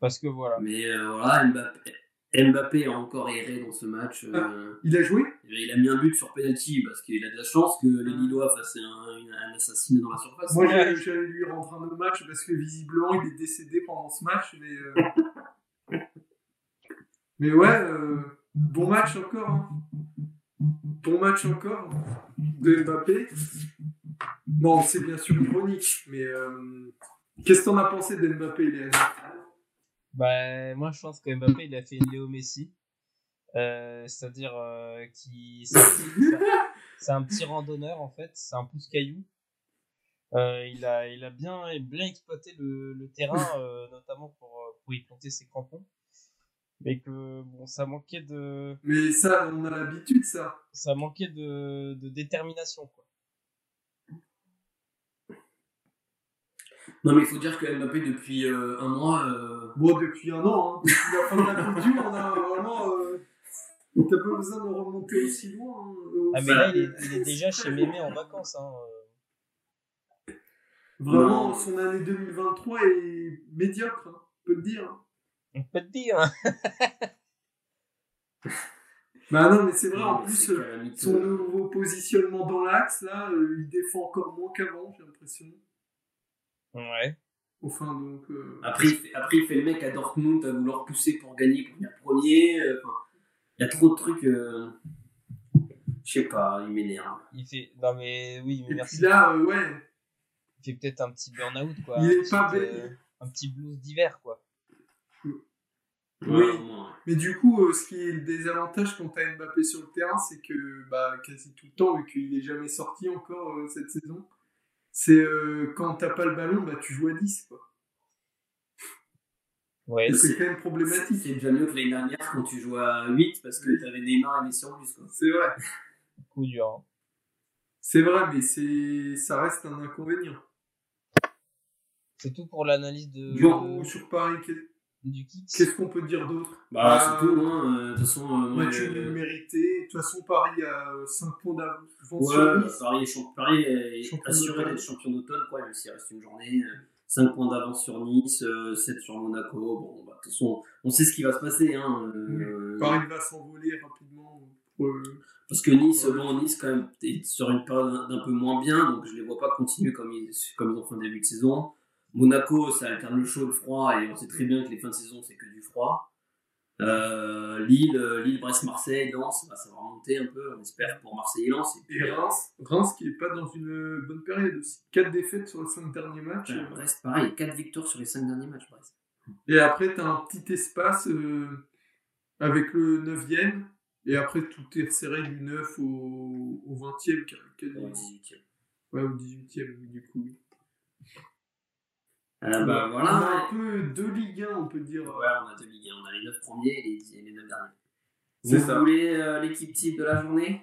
Speaker 2: Parce que voilà.
Speaker 3: Mais euh, voilà, Mbappé, Mbappé a encore erré dans ce match. euh,
Speaker 1: Il a joué
Speaker 3: Il a mis un but sur penalty parce qu'il a de la chance que
Speaker 1: Ah.
Speaker 3: les Lillois fassent un, une- un assassinat dans la surface.
Speaker 1: Moi, j'allais j'allais lui rendre un hommage parce que visiblement, il est décédé pendant ce match, mais euh, Mais ouais, euh, bon match encore. hein. Bon match encore de Mbappé. Non, c'est bien sûr ironique, mais euh, qu'est-ce que t'en as pensé d'Mbappé, Léa
Speaker 2: Bah, moi, je pense que Mbappé, il a fait une Léo Messi. Euh, C'est-à-dire euh, qui. c'est un petit- C'est un petit randonneur, en fait. C'est un pouce-caillou. Euh, il, a, il a bien, bien exploité le, le terrain, euh, notamment pour, euh, pour y planter ses crampons. Mais que, bon, ça manquait de.
Speaker 1: Mais ça, on a l'habitude, ça.
Speaker 2: ça manquait de, de détermination. Quoi.
Speaker 3: Non, mais il faut dire que Mbappé, depuis euh, un mois, euh,
Speaker 1: Bon, depuis un an, hein, depuis la fin de la Coupe du Monde, on a vraiment. euh, T'as pas besoin de remonter aussi loin. hein, au-
Speaker 2: Ah, mais là, il est, il est déjà chez Mémé en vacances. Hein. euh.
Speaker 1: Vraiment, son année 2023 est médiocre, hein, on peut le dire. hein.
Speaker 2: On peut te dire. hein.
Speaker 1: Bah non, mais c'est vrai, en
Speaker 3: c'est
Speaker 1: plus,
Speaker 3: quand
Speaker 1: euh,
Speaker 3: même mytho.
Speaker 1: son nouveau positionnement dans l'axe, là, euh, il défend encore moins qu'avant, j'ai l'impression.
Speaker 2: Ouais.
Speaker 1: Enfin, donc. euh,
Speaker 3: Après, il fait, après, il fait le mec à Dortmund à vouloir pousser pour gagner, pour venir premier. euh, enfin, Il y a trop de trucs. euh, Je sais pas, il m'énerve.
Speaker 2: Il fait. Non, mais oui, mais
Speaker 1: Et
Speaker 2: merci.
Speaker 1: puis là, euh, ouais,
Speaker 2: Il fait peut-être un petit burn-out. quoi.
Speaker 1: Il
Speaker 2: un
Speaker 1: est
Speaker 2: petit,
Speaker 1: pas
Speaker 2: euh, un petit blues d'hiver. quoi.
Speaker 1: Oui.
Speaker 3: au moins.
Speaker 1: Mais du coup, euh, ce qui est le désavantage quand t'as Mbappé sur le terrain, c'est que bah, quasi tout le temps, vu qu'il n'est jamais sorti encore euh, cette saison, c'est euh, quand t'as pas le ballon, bah, tu joues à 10. Quoi.
Speaker 2: Ouais.
Speaker 1: Et
Speaker 3: c'est-
Speaker 1: c'est quand même problématique.
Speaker 3: C'est déjà mieux que l'année dernière quand tu jouais à 8 parce que t'avais Neymar et Messi en plus. Quoi.
Speaker 1: C'est vrai.
Speaker 2: C'est coup dur. hein.
Speaker 1: C'est vrai, mais c'est ça reste un inconvénient.
Speaker 2: C'est tout pour l'analyse de,
Speaker 1: Du coup, sur Paris, qu'est-
Speaker 2: du kick.
Speaker 1: qu'est-ce qu'on peut dire d'autre
Speaker 3: Bah,
Speaker 1: Euh,
Speaker 3: c'est tout, hein. euh, De toute façon, euh, moi,
Speaker 1: Match
Speaker 3: je-
Speaker 1: nul mérité. De toute façon, Paris a 5 points d'avance
Speaker 3: Ouais,
Speaker 1: sur
Speaker 3: bah,
Speaker 1: Nice.
Speaker 3: Paris est, champ- Paris est
Speaker 1: Champion
Speaker 3: assuré
Speaker 1: d'automne.
Speaker 3: d'être champion d'automne, quoi, même s'il reste une journée. 5 points d'avance sur Nice, 7 sur Monaco. Bon, bah, de toute façon, on sait ce qui va se passer. Hein, euh,
Speaker 1: Paris va s'envoler rapidement. euh,
Speaker 3: Parce que Nice, bon, Nice quand même est sur une période d'un peu moins bien, donc je les vois pas continuer comme ils, comme ils ont fait au début de saison. Monaco, ça alterne le chaud, le froid, et on sait très bien que les fins de saison, c'est que du froid. Euh, Lille, euh, Lille, Brest, Marseille, Lens, bah, ça va remonter un peu, on espère pour Marseille et Lens. Et puis,
Speaker 1: Et Reims, Reims qui n'est pas dans une bonne période aussi. 4 défaites sur les 5 derniers matchs.
Speaker 3: euh, Brest, pareil, 4 victoires sur les 5 derniers matchs, Brest.
Speaker 1: Et après, tu as un petit espace euh, avec le 9e. Et après, tout est resserré du 9 au, au 20e. car- quasi-
Speaker 3: Pour le 18e.
Speaker 1: Ouais, au 18e, oui, du coup. oui.
Speaker 3: Euh, bah
Speaker 1: On a
Speaker 3: voilà,
Speaker 1: un peu deux Ligue 1, on peut dire.
Speaker 3: ouais, on a deux ligues, on a les 9 premiers et les, dix- et les 9 derniers.
Speaker 1: C'est
Speaker 3: Vous
Speaker 1: ça.
Speaker 3: voulez euh, l'équipe type de la journée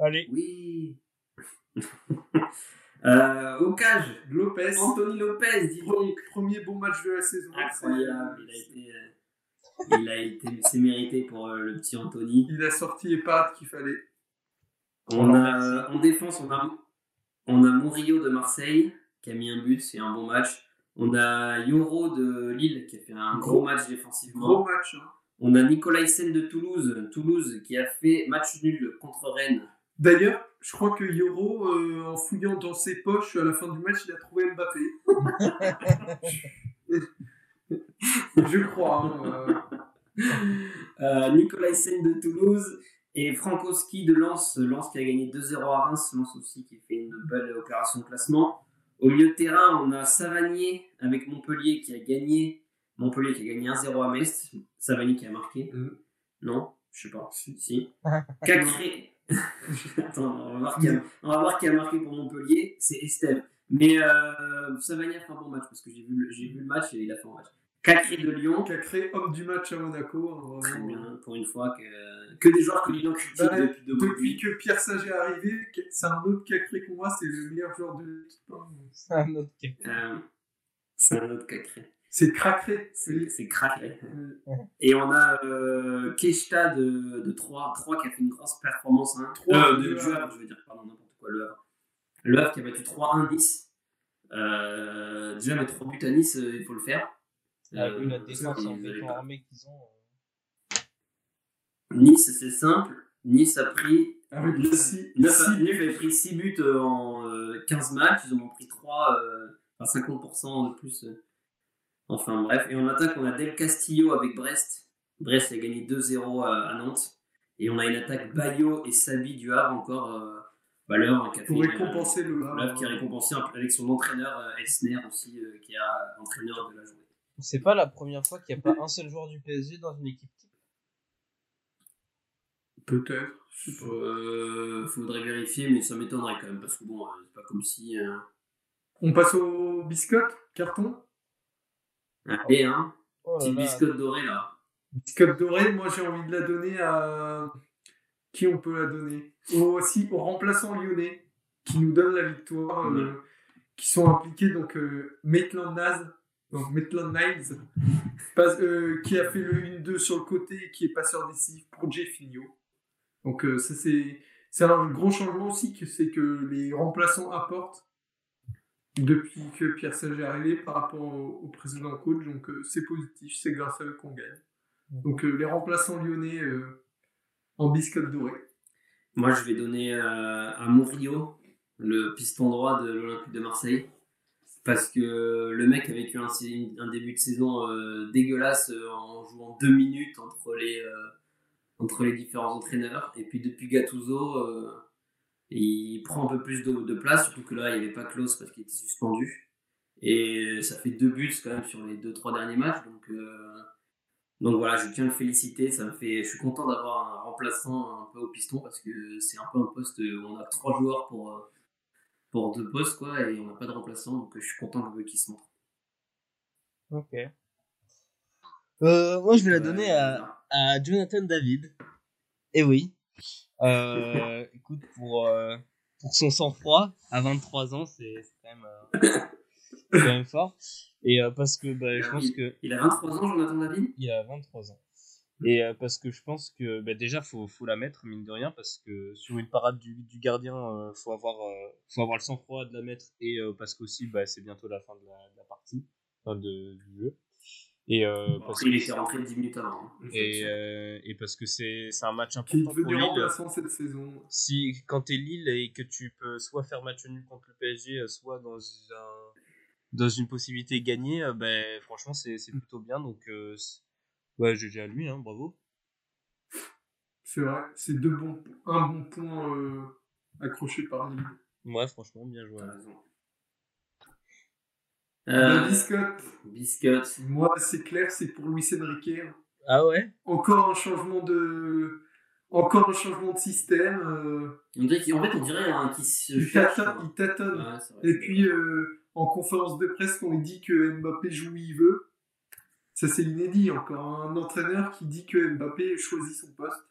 Speaker 2: Allez.
Speaker 3: Oui. (laughs) euh, au cage,
Speaker 1: Lopez,
Speaker 3: Anthony Lopez, dis donc.
Speaker 1: premier bon match de la saison.
Speaker 3: Incroyable, il a été. euh, il a été, c'est mérité pour euh, le petit Anthony.
Speaker 1: Il a sorti les pattes qu'il fallait.
Speaker 3: On a, euh, en défense, on a, on a Murillo de Marseille qui a mis un but, c'est un bon match. On a Yoro de Lille qui a fait un gros match défensivement.
Speaker 1: Gros match. hein.
Speaker 3: On a Nicolaisen de Toulouse, Toulouse qui a fait match nul contre Rennes.
Speaker 1: D'ailleurs, je crois que Yoro, euh, en fouillant dans ses poches à la fin du match, il a trouvé Mbappé.
Speaker 3: (laughs)
Speaker 1: je crois. hein, euh.
Speaker 3: (laughs) Euh, Nicolaisen de Toulouse et Frankowski de Lens. Lens qui a gagné 2-0 à Reims. Lens aussi qui fait une belle opération de classement. Au milieu de terrain, on a Savanier avec Montpellier qui a gagné. Montpellier qui a gagné 1-0 à Metz. Savanier qui a marqué.
Speaker 1: Mm.
Speaker 3: Non, je sais pas. Si. si. Cacré. (laughs) Attends, on va voir qui a, on va voir qui a marqué pour Montpellier. C'est Estelle. Mais euh, Savanier a fait un bon match parce que j'ai vu, le- j'ai vu le match et il a fait un match. Cacré de Lyon.
Speaker 1: Cacré, homme du match à Monaco. hein, vraiment.
Speaker 3: Très bien, pour une fois que, que des joueurs que Lyon critique
Speaker 1: Ouais,
Speaker 3: depuis deux
Speaker 1: Depuis
Speaker 3: mois.
Speaker 1: que Pierre Sage est arrivé, c'est un autre Cacré qu'on voit, c'est le meilleur joueur de l'équipe. hein.
Speaker 2: (laughs) C'est un autre kick.
Speaker 3: Euh, c'est un autre cacré.
Speaker 1: C'est Cracré.
Speaker 3: C'est c'est craqué.
Speaker 1: Euh,
Speaker 3: Et on a euh, Keshta de, de 3, 3 qui a fait une grosse performance. Hein.
Speaker 1: Troyes,
Speaker 3: Euh, de
Speaker 1: Le
Speaker 3: du
Speaker 1: Havre.
Speaker 3: Havre, je veux dire, pardon, n'importe quoi, le Havre. Le Havre qui a battu 3-1-10. Euh, déjà, mettre 3 buts à Nice, euh, il faut le faire.
Speaker 2: Ah, vu la
Speaker 3: Euh,
Speaker 2: défense
Speaker 3: ils
Speaker 2: en
Speaker 3: avaient
Speaker 2: béton
Speaker 3: pas-
Speaker 2: armé qu'ils ont. euh,
Speaker 3: Nice, c'est simple. Nice a pris
Speaker 1: Avec le six-
Speaker 3: Neuf
Speaker 1: six-
Speaker 3: à- Nul avait pris 6 buts euh, en euh, 15 matchs, ils en ont pris 3, enfin euh. 50% de plus. euh. Enfin bref, et en attaque, on a Del Castillo avec Brest. Brest a gagné 2-0 à, à Nantes. Et on a une attaque Bayo et Sabi du Havre encore. Euh, Valeur, qui a
Speaker 1: Pour
Speaker 3: fait-
Speaker 1: récompenser le
Speaker 3: Voilà, qui est récompensé avec son entraîneur euh, Elsner aussi, euh, qui est euh, entraîneur de la journée.
Speaker 2: C'est pas la première fois qu'il n'y a pas un seul joueur du PSG dans une équipe type.
Speaker 1: Peut-être.
Speaker 3: Euh, faudrait vérifier, mais ça m'étonnerait quand même, parce que bon, euh, c'est pas comme si. euh,
Speaker 1: On passe au biscotte, carton.
Speaker 3: Allez, hein,
Speaker 2: Oh là
Speaker 3: petit
Speaker 2: là.
Speaker 3: biscotte doré là.
Speaker 1: Biscotte dorée, moi j'ai envie de la donner à. Qui on peut la donner Au- Aussi au remplaçant lyonnais, qui nous donne la victoire, euh, qui sont impliqués, donc euh, Maitland Niles, donc Maitland Niles, pas- euh, qui a fait le 1-2 sur le côté et qui est passeur décisif pour Jeffinho. Donc euh, ça c'est. C'est un gros changement aussi, que c'est que les remplaçants apportent depuis que Pierre Sage est arrivé par rapport au, au président coach. Donc euh, c'est positif, c'est grâce à eux qu'on gagne. Donc euh, les remplaçants lyonnais euh, en biscotte dorée.
Speaker 3: Moi, je vais donner euh, à Murillo, le piston droit de l'Olympique de Marseille, parce que le mec a vécu un, sais- un début de saison euh, dégueulasse euh, en jouant deux minutes entre les, euh, entre les différents entraîneurs. Et puis depuis Gattuso, euh, il prend un peu plus de, de place, surtout que là, il n'y avait pas Klaus parce qu'il était suspendu. Et ça fait deux buts quand même sur les deux, trois derniers matchs. Donc, euh, donc voilà, je tiens à le féliciter. Ça me fait, je suis content d'avoir un remplaçant un peu au piston parce que c'est un peu un poste où on a trois joueurs pour, euh, pour deux postes quoi, et on n'a pas de remplaçant. Donc je suis content de qu'il se montre.
Speaker 2: Ok. Euh, moi, je vais la
Speaker 3: Euh,
Speaker 2: donner à, à Jonathan David. Eh oui. Euh, (laughs) écoute, pour, euh, pour son sang-froid, à 23 ans, c'est c'est quand, même, euh, c'est quand même fort. Et euh, parce que bah, je pense que
Speaker 3: Il a 23 ans, Jonathan David.
Speaker 2: il a 23 ans. Et euh, parce que je pense que bah, déjà, faut, faut la mettre, mine de rien, parce que sur une parade du, du gardien, euh, faut, avoir, euh, faut avoir le sang-froid de la mettre, et euh, parce qu'aussi, bah, c'est bientôt la fin de la, de la partie, enfin, de, du jeu. Et, euh,
Speaker 3: Bon,
Speaker 2: parce
Speaker 3: après, il
Speaker 2: que-
Speaker 3: était rentré 10 minutes avant. hein.
Speaker 2: et, euh, et parce que c'est c'est un match
Speaker 1: Qui est
Speaker 2: important pour
Speaker 1: devenu
Speaker 2: Lille.
Speaker 1: remplaçant cette saison.
Speaker 2: Si, quand t'es Lille et que tu peux soit faire match nul contre le PSG, euh, soit dans un- dans une possibilité gagnée, euh, ben, franchement, c'est c'est plutôt bien. Donc, euh, c'est- ouais, GG à lui, hein, bravo.
Speaker 1: C'est vrai, c'est deux bons, un bon point euh, accroché par Lille.
Speaker 2: Ouais, franchement, bien joué.
Speaker 3: T'as raison.
Speaker 1: La
Speaker 3: Euh,
Speaker 1: biscotte,
Speaker 3: biscotte.
Speaker 1: moi c'est clair, c'est pour Luis Enrique.
Speaker 2: Ah ouais
Speaker 1: Encore un changement de, encore un changement de système. euh,
Speaker 3: On dirait qu'il- en fait, on dirait un qui se
Speaker 1: il
Speaker 3: cherche.
Speaker 1: tâtonne,
Speaker 3: quoi.
Speaker 1: il tâtonne.
Speaker 3: Ouais, c'est vrai.
Speaker 1: Et puis, euh, en conférence de presse, on dit que Mbappé joue où il veut. Ça, c'est inédit. Encore hein. un entraîneur qui dit que Mbappé choisit son poste.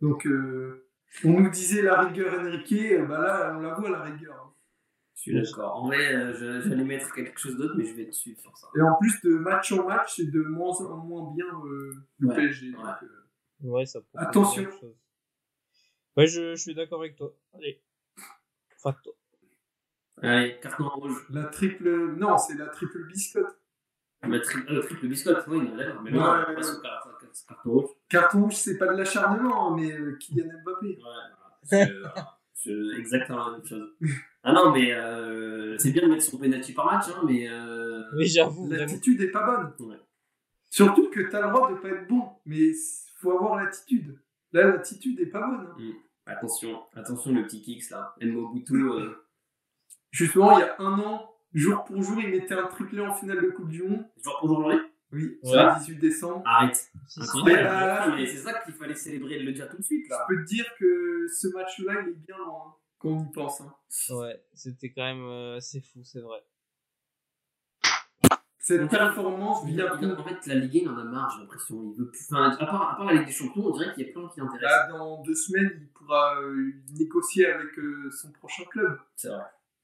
Speaker 1: Donc, euh, on nous disait la rigueur Enrique. euh, Bah là, on la voit, la rigueur. hein.
Speaker 3: je suis d'accord. En vrai, euh, je- j'allais mettre quelque chose d'autre, mais je vais dessus sur ça.
Speaker 1: Et en plus, de match en match, c'est de moins en moins bien euh, le
Speaker 3: Ouais,
Speaker 1: PSG. donc,
Speaker 3: ouais.
Speaker 1: euh,
Speaker 2: Ouais, ça prouve
Speaker 1: Attention.
Speaker 2: la même chose. Ouais, je, je suis d'accord avec toi. Allez. Facto.
Speaker 3: Allez, carton rouge.
Speaker 1: la triple. Non, c'est la triple biscotte.
Speaker 3: Le triple, euh, triple biscotte, oui, il en a l'air, mais non,
Speaker 1: Ouais,
Speaker 3: on passe
Speaker 1: ouais.
Speaker 3: au car- car- carton rouge.
Speaker 1: Carton rouge, c'est pas de l'acharnement, hein, mais euh, Kylian Mbappé.
Speaker 3: Ouais, voilà. Parce que, voilà, je- exactement la même chose. Ah non, mais euh, c'est bien de mettre son penalty par match, hein, mais. Euh,
Speaker 2: Oui, j'avoue. vraiment.
Speaker 1: L'attitude est pas bonne.
Speaker 3: ouais.
Speaker 1: Surtout que t'as le droit de pas être bon, mais faut avoir l'attitude. Là, l'attitude est pas bonne. hein.
Speaker 3: Attention, attention le petit kicks là. Mobutu, euh,
Speaker 1: Justement, il y a un an, jour pour jour, il mettait un triplé en finale de Coupe du Monde.
Speaker 3: genre aujourd'hui
Speaker 1: Oui,
Speaker 2: Ouais.
Speaker 1: le 18 décembre.
Speaker 3: Arrête.
Speaker 2: Si, si.
Speaker 1: Mais,
Speaker 3: Incroyable.
Speaker 1: euh,
Speaker 3: mais c'est ça qu'il fallait célébrer de le dire tout de suite
Speaker 1: Je
Speaker 3: là.
Speaker 1: peux te dire que ce match-là, il est bien loin hein, quand on y pense. hein.
Speaker 2: Ouais, c'était quand même euh, assez fou, c'est vrai.
Speaker 1: Cette
Speaker 3: Donc,
Speaker 1: performance
Speaker 3: Il
Speaker 1: vient
Speaker 3: a- il a- en fait, la Ligue 1, il en a marre, j'ai l'impression. Il veut plus. Enfin, à part, à part la Ligue des Champions, on dirait qu'il y a plein qui
Speaker 1: Là,
Speaker 3: l'intéressent.
Speaker 1: dans deux semaines, il pourra euh, négocier avec euh, son prochain club.
Speaker 3: C'est vrai.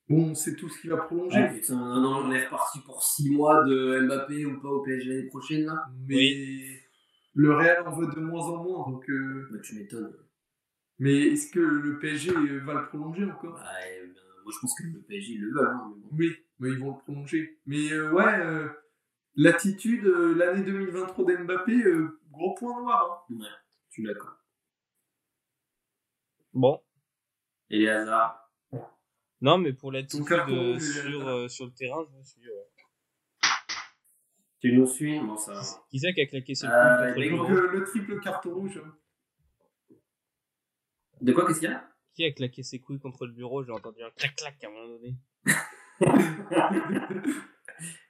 Speaker 1: Bon, c'est tout ce qu'il va prolonger.
Speaker 3: Ah, putain, non, on est reparti pour 6 mois de Mbappé ou pas au PSG l'année prochaine là.
Speaker 1: Mais le Real en veut de moins en moins. Donc, euh,
Speaker 3: Bah, tu m'étonnes.
Speaker 1: Mais est-ce que le PSG euh, va le prolonger encore
Speaker 3: Ouais, ben, moi je pense que le PSG ils le veulent. hein, mais bon.
Speaker 1: Oui, mais ils vont le prolonger. Mais euh, ouais, euh, l'attitude, euh, l'année 2023 d'Mbappé, euh, gros point noir.
Speaker 3: Je suis d'accord.
Speaker 2: Bon,
Speaker 3: Et les hasards.
Speaker 2: Non, mais pour
Speaker 1: Ton
Speaker 2: l'attitude
Speaker 1: carton
Speaker 2: euh,
Speaker 1: rouge, il est
Speaker 2: sur,
Speaker 1: là.
Speaker 2: euh, sur le terrain, je me suis dit, ouais.
Speaker 3: Tu nous suis Bon, ça va.
Speaker 2: Qui c'est qui a claqué ses couilles
Speaker 3: Euh,
Speaker 2: contre
Speaker 3: les
Speaker 2: Lyon
Speaker 1: Donc, euh, le triple carton rouge. hein.
Speaker 3: De quoi, qu'est-ce qu'il y a
Speaker 2: Qui a claqué ses couilles contre le bureau J'ai entendu un clac-clac à un moment donné.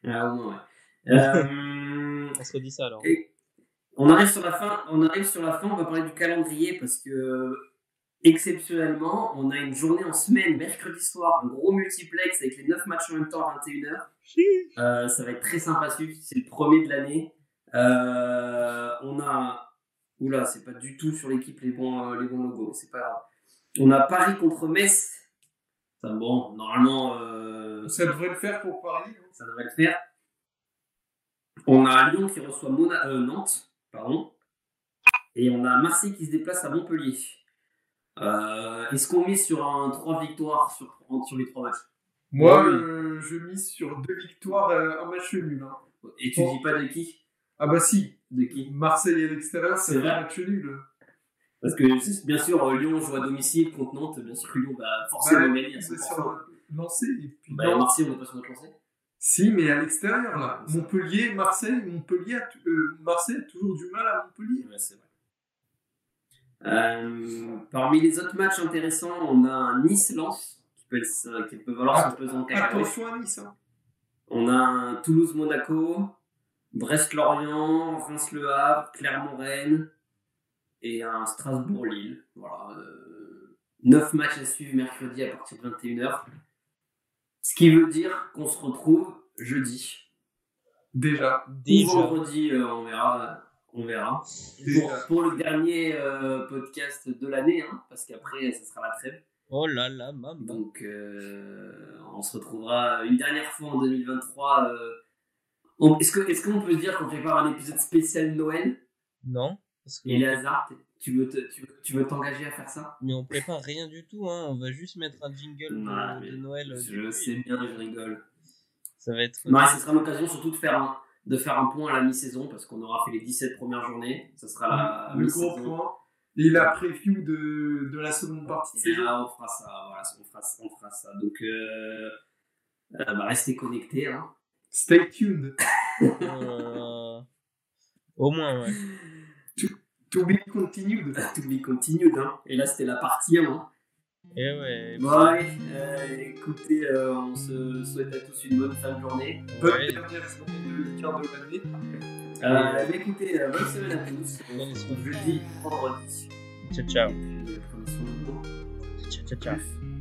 Speaker 3: Ah, au moins, ouais. Euh,
Speaker 2: On se redit ça alors.
Speaker 3: Et on arrive sur la fin. On arrive sur la fin. On va parler du calendrier parce que exceptionnellement, on a une journée en semaine, mercredi soir, un gros multiplex avec les 9 matchs en même temps à 21h. Euh, ça va être très sympa à suivre. C'est le premier de l'année. Euh, on a. Oula, c'est pas du tout sur l'équipe les bons, euh, les bons logos. C'est pas grave. On a Paris contre Metz. Enfin bon, normalement. euh,
Speaker 1: Ça devrait le faire pour Paris. hein.
Speaker 3: ça devrait le faire. On a Lyon qui reçoit Mona- euh, Nantes, pardon. Et on a Marseille qui se déplace à Montpellier. Euh, Est-ce qu'on mise sur un 3 victoires sur, sur les 3 matchs
Speaker 1: Moi,
Speaker 3: Ouais.
Speaker 1: euh, je mise sur deux victoires, euh, un match nul. hein.
Speaker 3: Et tu dis pas de qui
Speaker 1: Ah bah si,
Speaker 3: De qui
Speaker 1: Marseille à l'extérieur, c'est
Speaker 3: C'est
Speaker 1: un
Speaker 3: vrai. Oh,
Speaker 1: match nul.
Speaker 3: Parce que c'est- bien sûr, euh, Lyon joue à domicile contre Nantes. Bien sûr que Lyon va forcément
Speaker 1: Ouais,
Speaker 3: gagner à
Speaker 1: ils
Speaker 3: 100%.
Speaker 1: sont Bah, sur- Lancé et puis
Speaker 3: Bah,
Speaker 1: non.
Speaker 3: Marseille, on n'est pas sur notre lancée.
Speaker 1: Si, mais à l'extérieur là. Montpellier, Marseille, Montpellier, a t- euh, Marseille a toujours du mal à Montpellier. hein.
Speaker 3: Ouais, c'est vrai. Euh, parmi les autres matchs intéressants, on a un Nice-Lens qui peut, être- euh, qui peut valoir son pesant de cacahuètes.
Speaker 1: Ah, Attention à Nice. hein.
Speaker 3: On a un Toulouse-Monaco, Brest-Lorient, Reims-Le Havre, Clermont-Rennes et un Strasbourg-Lille. Voilà. 9 matchs à suivre mercredi à partir de 21h. Ce qui veut dire qu'on se retrouve jeudi.
Speaker 1: Déjà.
Speaker 3: Ou
Speaker 2: Déjà.
Speaker 3: vendredi, euh, on verra. On verra. Pour,
Speaker 1: Déjà.
Speaker 3: pour le dernier euh, podcast de l'année, hein, parce qu'après, ce sera la trêve.
Speaker 2: Oh là là, maman.
Speaker 3: Donc, euh, on se retrouvera une dernière fois en 2023. euh, on- Est-ce que- est-ce qu'on peut dire qu'on prépare un épisode spécial Noël
Speaker 2: Non. Parce que-
Speaker 3: Et Lazare, t- tu veux te- tu veux- tu veux t'engager à faire ça
Speaker 2: Mais on prépare rien du tout, hein. On va juste mettre un jingle de,
Speaker 3: Ouais,
Speaker 2: de
Speaker 3: mais
Speaker 2: Noël. euh,
Speaker 3: Je sais bien, je rigole.
Speaker 2: Ça va être.
Speaker 3: Non, et ce sera l'occasion surtout de faire un, de faire un point à la mi-saison parce qu'on aura fait les 17 premières journées. Ça sera la
Speaker 1: Le gros
Speaker 3: mi-saison.
Speaker 1: point. Et la preview de, de la seconde partie de
Speaker 3: Et
Speaker 1: saison.
Speaker 3: là, on fera ça. Voilà, on fera, ça, on fera ça. Donc, euh, euh, bah, restez connectés. hein. (laughs)
Speaker 1: Stay tuned.
Speaker 2: euh, Au moins, ouais.
Speaker 1: To be continued.
Speaker 3: To be continued. hein. Et là, c'était la partie hein. 1.
Speaker 2: Et ouais.
Speaker 3: Bon, allez, euh, écoutez, euh, on se souhaite à tous une bonne fin de journée.
Speaker 1: Bonne
Speaker 2: Ouais.
Speaker 1: dernière journée de quart de l'année.
Speaker 3: Euh, écoutez, euh, bonne semaine à tous. On se retrouve jeudi, vendredi.
Speaker 2: Ciao, ciao.
Speaker 3: Et puis, euh, prenez soin de vous.
Speaker 2: Ciao, ciao, ciao.
Speaker 3: Plus.